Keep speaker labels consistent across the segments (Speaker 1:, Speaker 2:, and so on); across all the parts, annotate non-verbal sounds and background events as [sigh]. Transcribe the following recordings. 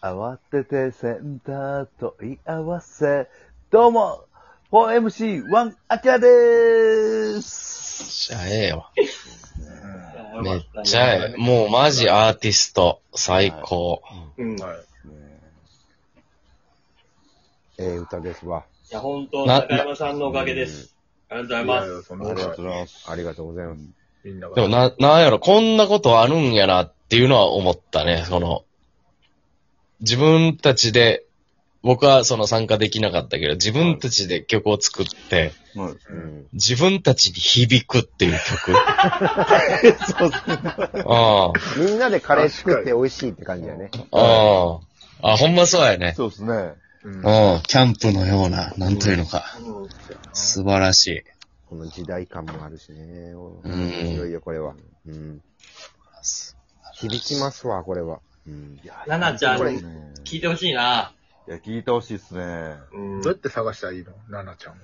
Speaker 1: 慌ててセンター問い合わせ。どうも、4MC1 アキラでーす。
Speaker 2: じゃあええわ。
Speaker 3: あ
Speaker 2: めっちゃええ。もうマジアーティスト。最高。
Speaker 3: うん。い
Speaker 4: ええ歌ですわ。
Speaker 3: や、本当、
Speaker 2: な
Speaker 3: 中山さんのおかげです。ありがとうございます。
Speaker 4: あ
Speaker 5: ありがとうございます。
Speaker 4: ありがとうございます。
Speaker 5: みんなが。
Speaker 2: でもな、なんやろ、こんなことあるんやなっていうのは思ったね。その、自分たちで、僕はその参加できなかったけど、自分たちで曲を作って、
Speaker 1: もう
Speaker 4: うん。
Speaker 2: 自分たちに響くっていう曲。
Speaker 1: そうですね。
Speaker 2: あ
Speaker 4: みんなでカレー作って美味しいって感じだね。
Speaker 2: あ、ああ。あ、ほんまそうやね。
Speaker 1: そうですね。
Speaker 5: うん
Speaker 2: うん、キャンプのような、なんというのか。
Speaker 3: うん
Speaker 2: 素晴らしい。
Speaker 4: この時代感もあるしね。
Speaker 2: ん
Speaker 4: いよいよこれは。うん。響きますわ、これは。うん。
Speaker 1: いや
Speaker 3: ナナちゃん
Speaker 1: いいね
Speaker 3: 聞いてほしいな。
Speaker 1: いや、聞いてほしいっすね。
Speaker 3: うん
Speaker 5: どうやって探したらいいのナナちゃんは。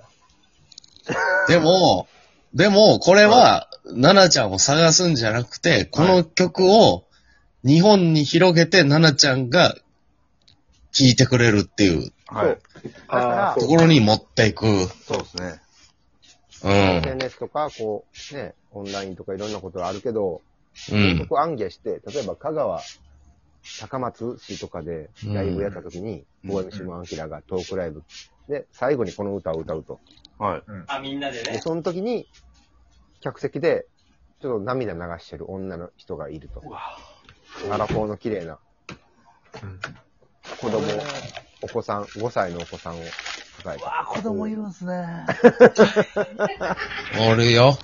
Speaker 2: でも、でも、これは、ナナちゃんを探すんじゃなくて、この曲を日本に広げて、ナナちゃんが聴いてくれるっていう
Speaker 1: はい。
Speaker 4: から
Speaker 5: ー
Speaker 2: ところに持っていく。うん。
Speaker 1: そうですね。
Speaker 4: SNS とか、こう、ね、オンラインとかいろんなことがあるけど、
Speaker 2: う
Speaker 4: 広
Speaker 2: ん。
Speaker 4: 告暗記して、例えば香川、高松市とかでライブやった時
Speaker 2: う
Speaker 4: に、
Speaker 2: ん
Speaker 4: 大江三島明がトークライブで、最後にこの歌を歌うと。
Speaker 1: はい。
Speaker 3: あ、みんなで
Speaker 4: で、
Speaker 3: ね。
Speaker 4: その時に、客席で、ちょっと涙流してる女の人がいると。アラフォーの綺麗な
Speaker 5: うん
Speaker 4: 子供、お子さん、5歳のお子さんを抱えた。
Speaker 1: あ、子供いるんすね。
Speaker 2: おるよ。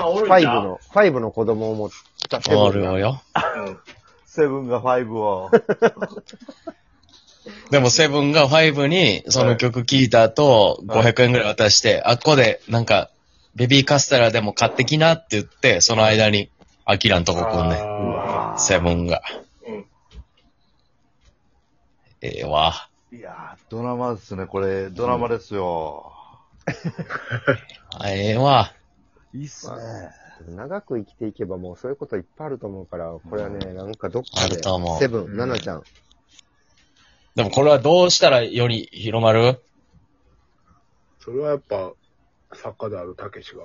Speaker 3: あ、お
Speaker 4: フ
Speaker 3: るん
Speaker 4: ァイ
Speaker 3: ち
Speaker 4: ブ
Speaker 3: ゃう
Speaker 4: の、ファイブの子供を持ったセブ
Speaker 2: お
Speaker 4: ン
Speaker 2: る
Speaker 4: が
Speaker 2: よ。
Speaker 1: [laughs] セブンがファイブを。
Speaker 2: でも、セブンがファイブに、その曲聴いた後、
Speaker 1: はい
Speaker 2: 500円ぐらい渡して、あっこで、なんか、ベビーカステラでも買ってきなって言って、その間に、アキラんとこ来んねん。
Speaker 3: あ
Speaker 2: セブンが。
Speaker 3: ーうん
Speaker 2: ええわ。
Speaker 1: いやー、ドラマですね、これ。ドラマですよ。
Speaker 2: ええわ。
Speaker 1: いいっすね。
Speaker 4: 長く生きていけばもうそういうこといっぱいあると思うから、これはね、なんかどっ
Speaker 2: あ
Speaker 4: か
Speaker 2: る
Speaker 4: で
Speaker 2: と思う、
Speaker 4: セブ
Speaker 5: う
Speaker 4: ン、
Speaker 5: ん
Speaker 4: ナナちゃん、
Speaker 2: でもこれはどうしたらより広まる
Speaker 5: それはやっぱ、作家であるたけしが。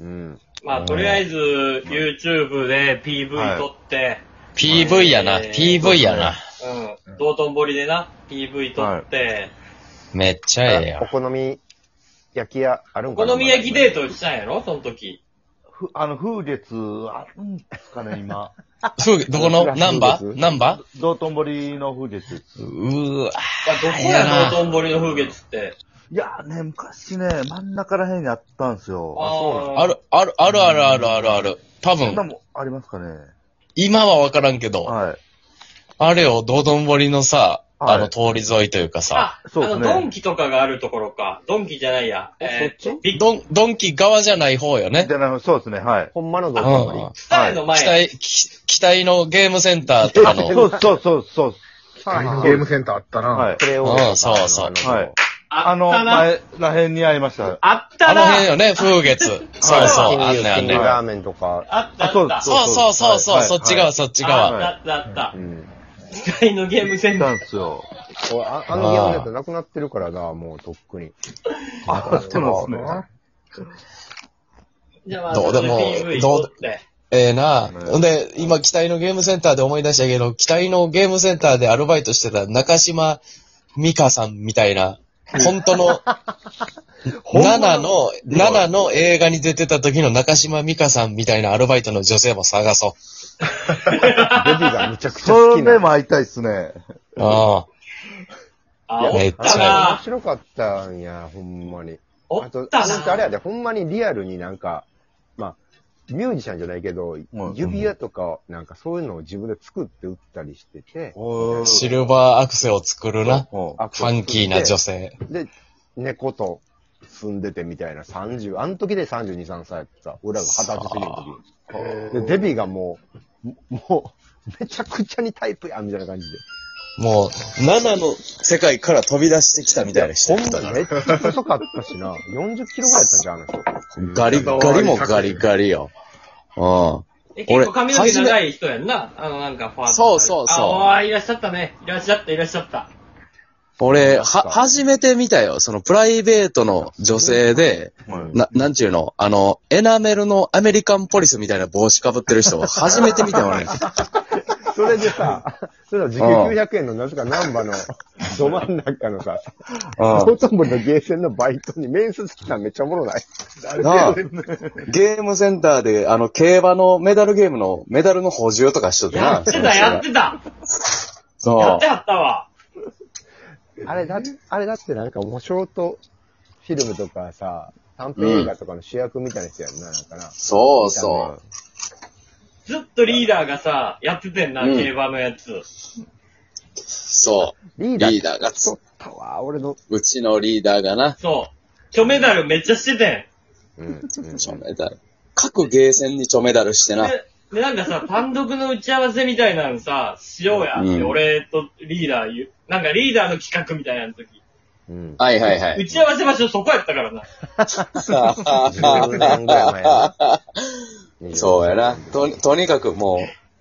Speaker 4: うん。
Speaker 3: まあ、とりあえず、YouTube で PV 撮って、
Speaker 2: ?PV やな、
Speaker 3: えー
Speaker 2: PV やな。
Speaker 3: うん。道頓堀でな、PV 撮って、
Speaker 2: めっちゃええや
Speaker 4: お
Speaker 2: ん。
Speaker 4: 好み焼き屋あるん
Speaker 3: お
Speaker 4: かな
Speaker 3: 好み焼きデートしたんやろその時。
Speaker 1: ふあの、風月、あるんですかね、 [laughs] 今。
Speaker 2: ふどこの
Speaker 4: ラス
Speaker 2: ナンバ
Speaker 4: ベガ
Speaker 2: ー
Speaker 4: ス
Speaker 2: ナンバー
Speaker 1: 道頓堀の風月です。
Speaker 2: うーわ。
Speaker 3: いや、どこ
Speaker 2: いやな
Speaker 3: や、道頓堀の風月って。
Speaker 1: いやーね、昔ね、真ん中らへんにあったんですよ。
Speaker 3: あ
Speaker 2: ある、ある、あるあるあるあるある。多
Speaker 1: そんな
Speaker 2: 分、
Speaker 1: もんありますかね。
Speaker 2: 今はわからんけど、
Speaker 1: はい。
Speaker 2: あれを道頓堀のさ、
Speaker 1: はい
Speaker 2: あの通り沿いというかさ、
Speaker 3: あ、
Speaker 1: そう
Speaker 3: あ
Speaker 1: です
Speaker 3: の、
Speaker 1: ね
Speaker 3: ドンキとかがあるところか。ドンキじゃないや。えー、ビッグ
Speaker 2: ドン、ドンキ側じゃない方よね
Speaker 1: じ。ゃなそうですね、はい。
Speaker 4: ほんまの
Speaker 2: う
Speaker 4: 道
Speaker 2: ん
Speaker 4: 頓堀。。
Speaker 3: スターの
Speaker 2: 期
Speaker 3: 前。
Speaker 2: 待、き期待のゲームセンター
Speaker 1: [laughs]
Speaker 2: とかの、
Speaker 1: そうそうそうそう。
Speaker 4: あー
Speaker 5: ゲームセンターあったな。
Speaker 1: はい。
Speaker 4: プレオ
Speaker 2: うんそうそう
Speaker 1: はい。
Speaker 3: あ
Speaker 1: あ
Speaker 3: っ
Speaker 1: の、
Speaker 3: たな。
Speaker 1: 前らへんに会いました。
Speaker 3: あった
Speaker 2: あの
Speaker 3: な。
Speaker 2: 辺よね、風 [laughs] 月。そうそう、あんねんあん
Speaker 4: 金
Speaker 2: ね
Speaker 4: 龍
Speaker 2: ん。
Speaker 4: ラーメンとか、
Speaker 3: あったあ
Speaker 1: あそう
Speaker 3: った。
Speaker 2: そうそうそうそう、
Speaker 1: はい
Speaker 2: そっち側、そっち側。
Speaker 3: あったあったあっ
Speaker 4: うん。
Speaker 3: た。機械のゲームセ
Speaker 1: 行
Speaker 3: ン
Speaker 1: っ
Speaker 3: ター。
Speaker 1: たんですよ。
Speaker 4: これああのゲームセンターなくなってるからな、もうとっくに。
Speaker 1: あ、そうなんですね。
Speaker 3: じゃあまあ、
Speaker 2: どうでも
Speaker 3: PV
Speaker 2: どう
Speaker 3: 撮って。
Speaker 2: ええな
Speaker 1: ね
Speaker 2: ほんで、今、期待のゲームセンターで思い出したけど、期待のゲームセンターでアルバイトしてた中島美香さんみたいな、本当 [laughs] の、7の、7の映画に出てた時の中島美香さんみたいなアルバイトの女性も探そ
Speaker 4: デビがむちゃくちゃ好
Speaker 1: そ
Speaker 4: き
Speaker 1: れ
Speaker 4: な。
Speaker 1: も会いたいっすね。
Speaker 2: う。あ
Speaker 3: あ、お
Speaker 2: めっ
Speaker 3: っ
Speaker 2: ち
Speaker 3: た
Speaker 4: あれ面
Speaker 3: な。
Speaker 4: 白かったんや、ほんまに。
Speaker 3: お
Speaker 4: あ
Speaker 3: っ
Speaker 4: と、
Speaker 3: た
Speaker 4: なんかあれ
Speaker 3: な。
Speaker 4: やで、ほんまにリアルになんか、まあ、ミュージシャンじゃないけど、
Speaker 1: ん
Speaker 4: 指輪とか、なんかそういうのを自分で作って売ったりしてて、
Speaker 1: お
Speaker 2: あ、シルバーアクセを作るな。
Speaker 1: お
Speaker 4: あ
Speaker 2: ファンキーな女性。
Speaker 4: で、猫と住んでてみたいな、30、あの時で32、3歳やってさ、俺らが二十歳過ぎの時。で、デビがもう、ももう、めちゃくちゃにタイプやんみたいな感じで。
Speaker 2: もう、7の世界から飛び出してきたみたいな人
Speaker 4: ほんまめっちゃ細かったしな、40キロぐらいやったんじゃん、あの人。
Speaker 2: ガリガリもガリガリよ。うん。
Speaker 3: え、結構髪の毛長い人やんな。あの、なんか、ファー
Speaker 2: そうそうそう
Speaker 3: あ、あーいらっしゃったね。いらっしゃった、いらっしゃった。
Speaker 2: 俺、は、初めて見たよ。その、プライベートの女性で、な、なんちゅうのあの、エナメルのアメリカンポリスみたいな帽子かぶってる人、初めて見たよ、
Speaker 3: [laughs]
Speaker 2: 俺。
Speaker 4: それでさ、それは時給900円のなぜか難波のど真ん中のさ、
Speaker 2: う
Speaker 4: 道頓堀のゲーセンのバイトに面接来たのめっちゃおもろない。
Speaker 2: ん。なあゲームセンターで、あの、競馬のメダルゲームのメダルの補充とかしとってな。
Speaker 3: やってた、やってた。や
Speaker 2: そ
Speaker 3: ってはったわ。
Speaker 4: あれだ、あれだってなんかもうショートフィルムとかさ、短編映画とかの主役みたいな人やんな、なんかな。
Speaker 2: う。そうそう。
Speaker 3: ずっとリーダーがさ、やっててんな、
Speaker 2: うん
Speaker 3: 競馬のやつ。
Speaker 2: そう。
Speaker 4: リーダー。
Speaker 2: リーダーが
Speaker 4: 太ったわ、俺の。
Speaker 2: うちのリーダーがな、
Speaker 3: そう。チョメダルめっちゃしてて
Speaker 4: うん。うん
Speaker 2: ちょメダル。各ゲーセンにちょメダルして
Speaker 3: ん。
Speaker 2: な。
Speaker 3: で、でなんかさ、単独の打ち合わせみたいなのさ、しようやって、
Speaker 2: うん
Speaker 3: 俺とリーダー言う。なんかリーダーの企画みたいなの時。
Speaker 4: うん。
Speaker 2: はいはいは
Speaker 4: [laughs]
Speaker 3: 打
Speaker 2: い。
Speaker 3: ち合わせ場所そこやったからな。
Speaker 4: 10年ぐらい前やな
Speaker 2: そうやな。と、とにかくもう、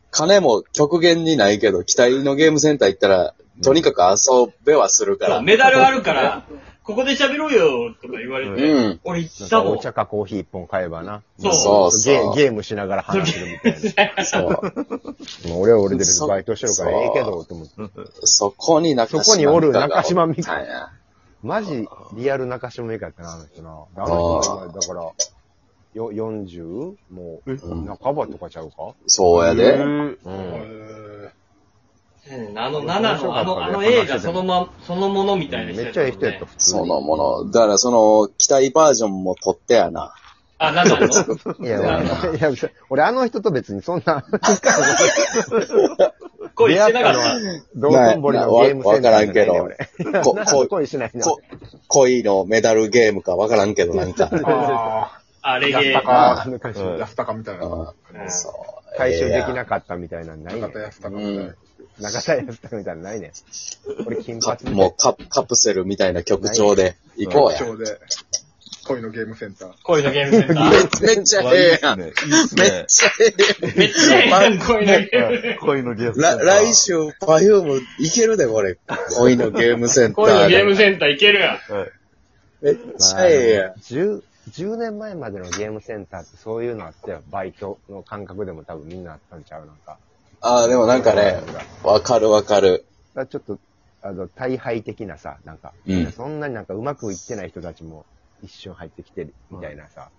Speaker 2: 金も極限にないけど、期待のゲームセンター行ったら、とにかく遊べはするか
Speaker 3: そ
Speaker 2: ら。
Speaker 3: うメダルあるから、ここで喋ろうよ、とか言われて。
Speaker 2: うん。
Speaker 3: 俺行っ
Speaker 4: なん
Speaker 3: た
Speaker 4: か
Speaker 3: もん
Speaker 4: お。茶かコーヒー一本買えばな。
Speaker 3: そう
Speaker 2: そうそう
Speaker 4: ゲ。ゲームしながら話してるみたい
Speaker 2: そう。
Speaker 4: な。もう俺は俺で
Speaker 2: そ
Speaker 4: バイトしてるからええけど、と思って。
Speaker 2: そこに中島
Speaker 4: そこにおる
Speaker 2: 美香が
Speaker 4: 中島美香
Speaker 2: おったんや
Speaker 4: マジ、リアル中島美香やったな、あの人な。あ
Speaker 2: あ
Speaker 4: の
Speaker 2: ー
Speaker 4: 人がだから、よ、40? も
Speaker 2: う
Speaker 4: う、
Speaker 2: ん
Speaker 4: 半ばとかちゃうか
Speaker 2: そうやで。
Speaker 4: う
Speaker 5: え
Speaker 4: ん。
Speaker 5: ー
Speaker 3: うんあの、7の、あの、あの
Speaker 4: 面
Speaker 3: 映
Speaker 4: 白かった
Speaker 3: 画
Speaker 4: ね
Speaker 3: そのま、そのものみたいな人
Speaker 4: め
Speaker 3: や
Speaker 4: っ
Speaker 3: っ
Speaker 4: ち
Speaker 3: た
Speaker 4: ゃ
Speaker 3: もん
Speaker 4: ええ
Speaker 3: ね
Speaker 4: 人やった、普通
Speaker 2: そ
Speaker 4: に。
Speaker 2: のもの。だからその、期待バージョンも取ってやな。
Speaker 3: あ、7の
Speaker 4: いや、俺いや俺あの人と別にそんな、
Speaker 3: 恋してなかっ
Speaker 4: たの
Speaker 3: た。
Speaker 4: は、道頓堀のゲームセンターじゃ [laughs] ないね。
Speaker 2: な
Speaker 4: 俺
Speaker 2: こ、こ、
Speaker 4: 恋しないな。
Speaker 2: こ、恋のメダルゲームかわからんけど、なんか。
Speaker 4: [laughs]
Speaker 5: あ
Speaker 3: あ、レ
Speaker 5: ー、
Speaker 3: ゲエ。
Speaker 5: 安高、
Speaker 4: あの感じ
Speaker 5: 安高みたいな。
Speaker 2: う
Speaker 3: うん
Speaker 2: んそう。
Speaker 4: 回収でき
Speaker 2: い。
Speaker 4: なかったみたいなのないね
Speaker 5: 中。田安高みたいな。
Speaker 4: 中田康隆みたいなのないね。俺金
Speaker 2: か
Speaker 4: 髪
Speaker 2: もうカカプセルみたいな曲調で行こうや。
Speaker 5: 局長で、恋のゲームセンター。
Speaker 3: 恋のゲームセンター。
Speaker 2: めっちゃええやん。め
Speaker 6: いい
Speaker 2: っ
Speaker 6: っすね。いいっすね
Speaker 2: ちゃええやん。
Speaker 3: めっちゃええやん、恋のゲーム。
Speaker 6: 恋のゲーム。
Speaker 2: ら来週、パフュームいける
Speaker 6: [laughs]
Speaker 2: で、これ。恋のゲームセンタ
Speaker 3: 恋の
Speaker 2: ー
Speaker 3: ゲー
Speaker 2: で。
Speaker 3: ムセンターいけるやん。
Speaker 6: はい。
Speaker 2: めっちゃええやん。
Speaker 4: 10、10年前までのゲームセンターってそういうのあって、バイトの感覚でも多分みんなあったんちゃうなんか。
Speaker 2: ああ、でもなんかね、わかるわかる。
Speaker 4: だからちょっと、あの、大敗的なさ、なんか、
Speaker 2: うん
Speaker 4: そんなになんかうまくいってない人たちも一瞬入ってきてるみたいなさ。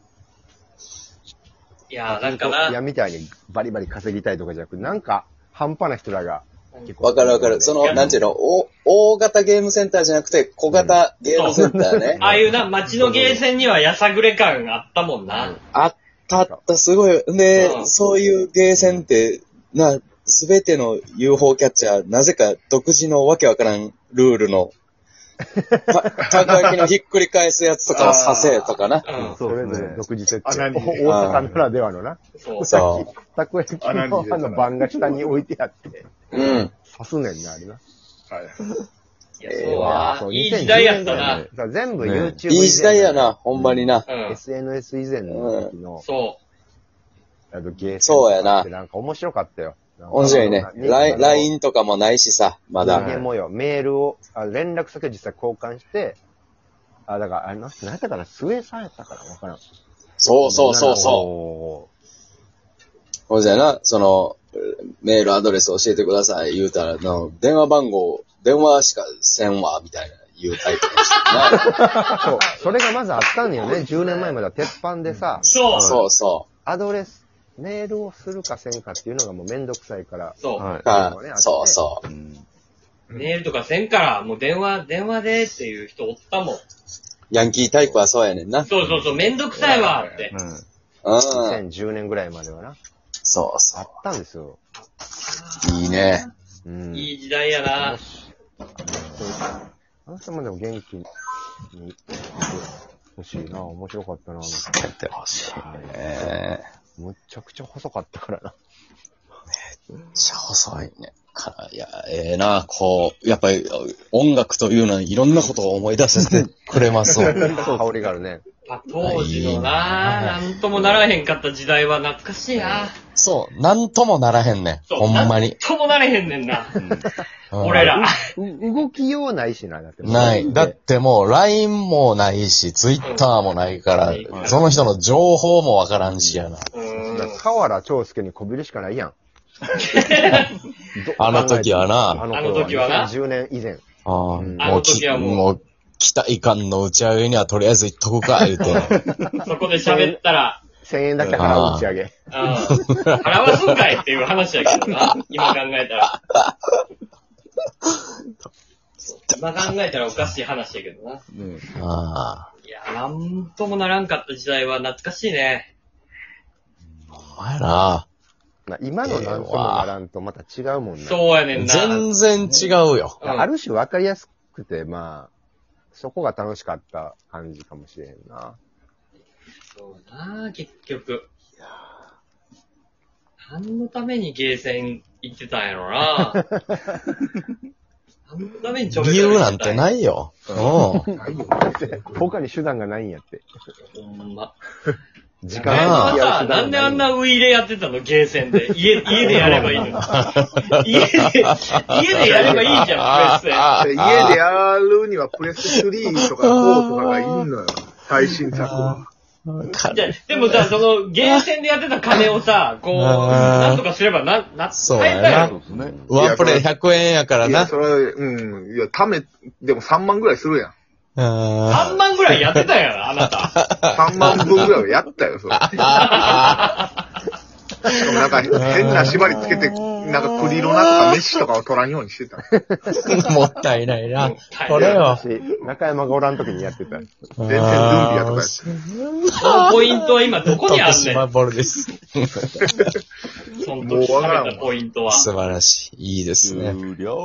Speaker 3: いやー、なんかな。
Speaker 4: いや、みたいにバリバリ稼ぎたいとかじゃなくて、なんか半端な人らが結構。
Speaker 2: わかるわかる。その、なんていうの、お大型ゲームセンターじゃなくて、小型ゲームセンターね。
Speaker 3: ああいうな、街のゲーセンにはやさぐれ感あったもんな。
Speaker 2: あったあった、すごい。で、
Speaker 3: うん
Speaker 2: そういうゲーセンって、な、すべての UFO キャッチャー、なぜか独自のわけわからんルールの、 [laughs] た、たこ焼きのひっくり返すやつとかをさせとかな。
Speaker 3: うん。
Speaker 6: そ
Speaker 4: そうれ
Speaker 6: で
Speaker 4: ぞ
Speaker 6: す
Speaker 4: れ
Speaker 6: ね。
Speaker 4: 独自設
Speaker 5: あ
Speaker 4: 定。
Speaker 5: 何
Speaker 4: お大阪ならではのな。
Speaker 3: そう。
Speaker 2: そ
Speaker 4: たこ焼きのあの番が下に置いてあって、
Speaker 2: う。うん。
Speaker 4: 刺すねんな、あれな。
Speaker 5: はい。
Speaker 3: いや、そうだな。いい時代やったな。
Speaker 4: だから全部
Speaker 6: ね
Speaker 4: YouTube 以前の。
Speaker 2: いい時代やな、ほんまにな。
Speaker 3: うん。
Speaker 4: SNS 以前の時の、
Speaker 3: そ
Speaker 4: あのゲーセン
Speaker 2: そうやな
Speaker 4: なんか面白かったよ。
Speaker 2: 面白いね。ライン
Speaker 4: n
Speaker 2: LINE とかもないしさ、ま
Speaker 4: 人
Speaker 2: だ。
Speaker 4: 間模様、メールを、あ連絡先を実際交換して、あ、だから、あれな、何やったかな、末さんやったからわからん。
Speaker 2: そうそうそうそう。
Speaker 4: そ
Speaker 2: ほんじゃな、その、メールアドレス教えてください、言うたら、の電話番号、電話しかせんわ、みたいな、言うタイプの人な。 [laughs]
Speaker 4: う。そう、それがまずあったんよね。10年前までは鉄板でさ
Speaker 3: う。、そう。
Speaker 2: そうそ
Speaker 4: アドレス、メールをするかせんかっていうのがもうめんどくさいから、
Speaker 3: そう。
Speaker 6: は
Speaker 2: う。か
Speaker 4: そうね
Speaker 2: そうそ
Speaker 6: い。
Speaker 2: う。
Speaker 3: メールとかせんから、もう電話、電話でっていう人おったもん。
Speaker 2: ヤンキータイプはそうやねんな。うん。
Speaker 3: そうそうそう、めんどくさいわって。
Speaker 2: そう
Speaker 4: 2010年ぐらいまではな、あっ
Speaker 2: そ
Speaker 4: たんですよ。
Speaker 2: う。いいね。
Speaker 4: うん。
Speaker 3: いい時代やな。
Speaker 4: あの人もでも元気にいてほしいな。面白かったな。
Speaker 2: やってほしいね。
Speaker 4: むちゃくちゃ細かったからな。
Speaker 2: めっちゃ細いね。からいや、ええな、こう、やっぱり音楽というのはいろんなことを思い出させてくれますわ。
Speaker 4: 香りがあるね。
Speaker 3: ぱ当時のな、なんともならへんかった時代は懐かしいな。
Speaker 2: そう、なんともならへんねん。
Speaker 3: そう
Speaker 2: ほんま
Speaker 3: なん
Speaker 2: に。
Speaker 3: ともなれへんねんな。
Speaker 2: うん
Speaker 3: 俺ら。
Speaker 4: う動きようないしな、だって。
Speaker 2: ない。だってもう、LINE もないし、Twitter もないから
Speaker 3: う、ん
Speaker 2: その人の情報もわからんしやな。
Speaker 3: うーん。
Speaker 4: 河原長介にこびるしかないやん。ど
Speaker 2: [laughs] あの時はな
Speaker 4: あの
Speaker 3: あの時
Speaker 4: 時
Speaker 3: は
Speaker 4: は
Speaker 3: な
Speaker 4: な。10年以前。
Speaker 2: あ
Speaker 4: うん
Speaker 2: あもう
Speaker 3: あの時
Speaker 2: き、
Speaker 3: はもう
Speaker 2: もう、期待感の打ち上げにはとりあえず行っとくか、言うて。
Speaker 3: [laughs] そこで喋ったら、
Speaker 4: 1000円だけ払う打ち上げ。
Speaker 3: うん。払わすんかいっていう話やけどな。今考えたら。今考えたらおかしい話やけどな。
Speaker 4: うん
Speaker 2: ああ。
Speaker 3: いや、なんともならんかった時代は懐かしいね。
Speaker 2: お前な。
Speaker 4: まあ今のなんともならんとまた違うもんな。
Speaker 3: そうやねんな。
Speaker 2: 全然違うよ。
Speaker 3: うん
Speaker 4: ある種分かりやすくて、まあ、そこが楽しかった感じかもしれへんな。
Speaker 3: そうなあ、結局。何のためにゲーセン行ってたんや
Speaker 2: [laughs]
Speaker 3: ろな。何のためにちょめ
Speaker 2: 理
Speaker 3: ちょ
Speaker 2: 由
Speaker 3: めし
Speaker 2: な
Speaker 3: て
Speaker 2: ん
Speaker 3: た
Speaker 2: て
Speaker 3: んや
Speaker 2: ないよ。うん。
Speaker 5: ないよね。
Speaker 4: 他に手段がないんやって。
Speaker 3: ほんま。
Speaker 4: 時
Speaker 3: な
Speaker 4: 間
Speaker 3: ん
Speaker 4: が
Speaker 2: あ
Speaker 3: でさ、なんであんなウイイレやってたのゲーセンで。家、家でやればいいのに。家で、家でやればいいじゃん、
Speaker 2: [laughs]
Speaker 3: 別に。
Speaker 5: で家でやるにはプレステ3とか4とかがいいのよ。最新作は。
Speaker 2: 彼
Speaker 3: じゃあでもさ、その、ゲーセンでやってた金をさ、こう、
Speaker 2: うん
Speaker 3: なんとかすればな、な、
Speaker 2: そうやな
Speaker 3: 買えた
Speaker 1: そう
Speaker 3: よ
Speaker 1: ですね。
Speaker 2: ワンプレイ100円やから
Speaker 5: い
Speaker 2: な。
Speaker 5: や、
Speaker 2: う
Speaker 5: それは、うん。いや、ため、でも3万ぐらいするやん。
Speaker 2: ー
Speaker 3: 3
Speaker 2: ん。
Speaker 3: 万ぐらいやってたやろ、あなた。
Speaker 5: 3万分ぐらいはやったよ、それ。しかもなんか変な縛りつけて、なんかクリロナとかメッシとかを取らんようにしてた。
Speaker 2: もったいないな
Speaker 3: もったいない。
Speaker 2: これよ。
Speaker 4: 私、中山がおらん時にやってた。
Speaker 2: 全
Speaker 5: 然ルンビアとかやつ
Speaker 3: そのポイントは今どこにあん
Speaker 2: 徳
Speaker 3: ねん
Speaker 2: 島。ボルです。
Speaker 3: その時食べたポイントは。
Speaker 2: 素晴らしい。いいですね。
Speaker 1: 終了。